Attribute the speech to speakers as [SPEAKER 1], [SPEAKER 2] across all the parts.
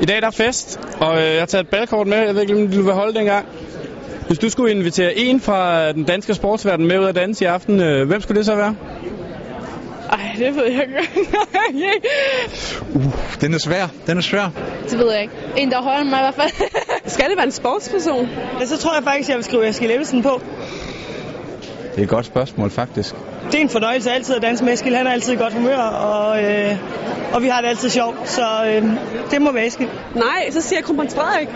[SPEAKER 1] I dag der er fest, og øh, jeg har taget et badkort med. Jeg ved ikke, om du vil holde dengang. Hvis du skulle invitere en fra øh, den danske sportsverden med ud at danse i aften, øh, hvem skulle det så være?
[SPEAKER 2] Ej, det ved jeg ikke.
[SPEAKER 3] Den er svær. Den er svær.
[SPEAKER 2] det ved jeg ikke. En, der holder mig i hvert fald. Skal det være en sportsperson?
[SPEAKER 4] Ja, så tror jeg faktisk, jeg vil skrive Eskild Ebbesen på.
[SPEAKER 3] Det er et godt spørgsmål, faktisk.
[SPEAKER 4] Det er en fornøjelse altid at danse med Eskild. Han er altid i godt humør, og, øh, og vi har det altid sjovt. Så øh, det må være Eskild.
[SPEAKER 2] Nej, så siger jeg kronprins Frederik.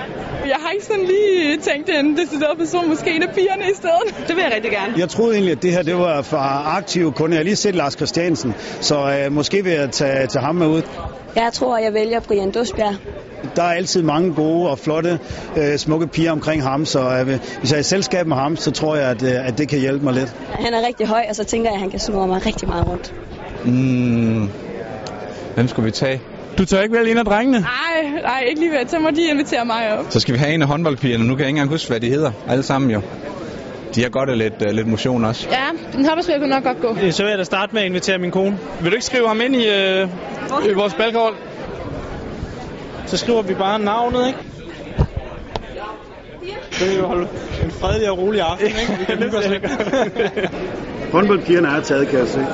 [SPEAKER 2] Jeg har ikke sådan lige tænkt en decideret person, måske en af pigerne i stedet. Det vil jeg rigtig gerne.
[SPEAKER 5] Jeg troede egentlig, at det her det var fra aktive kunder. Jeg har lige set Lars Christiansen, så øh, måske vil jeg tage, tage ham med ud.
[SPEAKER 6] Jeg tror, jeg vælger Brian Dusbjerg.
[SPEAKER 5] Der er altid mange gode og flotte, øh, smukke piger omkring ham, så øh, hvis jeg er i selskab med ham, så tror jeg, at, øh, at det kan hjælpe mig lidt.
[SPEAKER 6] Han er rigtig høj, og så tænker jeg, at han kan snurre mig rigtig meget rundt.
[SPEAKER 3] Mm. Hvem skulle vi tage?
[SPEAKER 1] Du tør ikke vælge en af drengene?
[SPEAKER 2] Nej, nej, ikke lige ved. Så må de invitere mig op.
[SPEAKER 3] Så skal vi have en af håndboldpigerne. Nu kan jeg ikke engang huske, hvad de hedder. Alle sammen jo. De har godt af lidt, uh, lidt motion også.
[SPEAKER 2] Ja, den hopperspil kunne nok godt gå.
[SPEAKER 4] Så vil jeg da starte med at invitere min kone.
[SPEAKER 1] Vil du ikke skrive ham ind i, øh, i vores badkort?
[SPEAKER 4] Så skriver vi bare navnet, ikke? Det er jo en fredelig og rolig aften, ikke? Vi kan lykke os lidt.
[SPEAKER 5] Håndboldpigerne er taget, kan jeg se.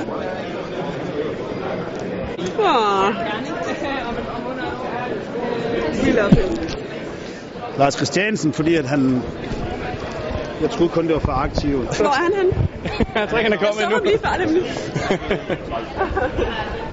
[SPEAKER 5] Lars Christiansen, fordi at han... Jeg troede kun, det var fra aktive.
[SPEAKER 2] Hvor er han henne?
[SPEAKER 1] Jeg tror ikke, han er kommet endnu.
[SPEAKER 2] før, nemlig.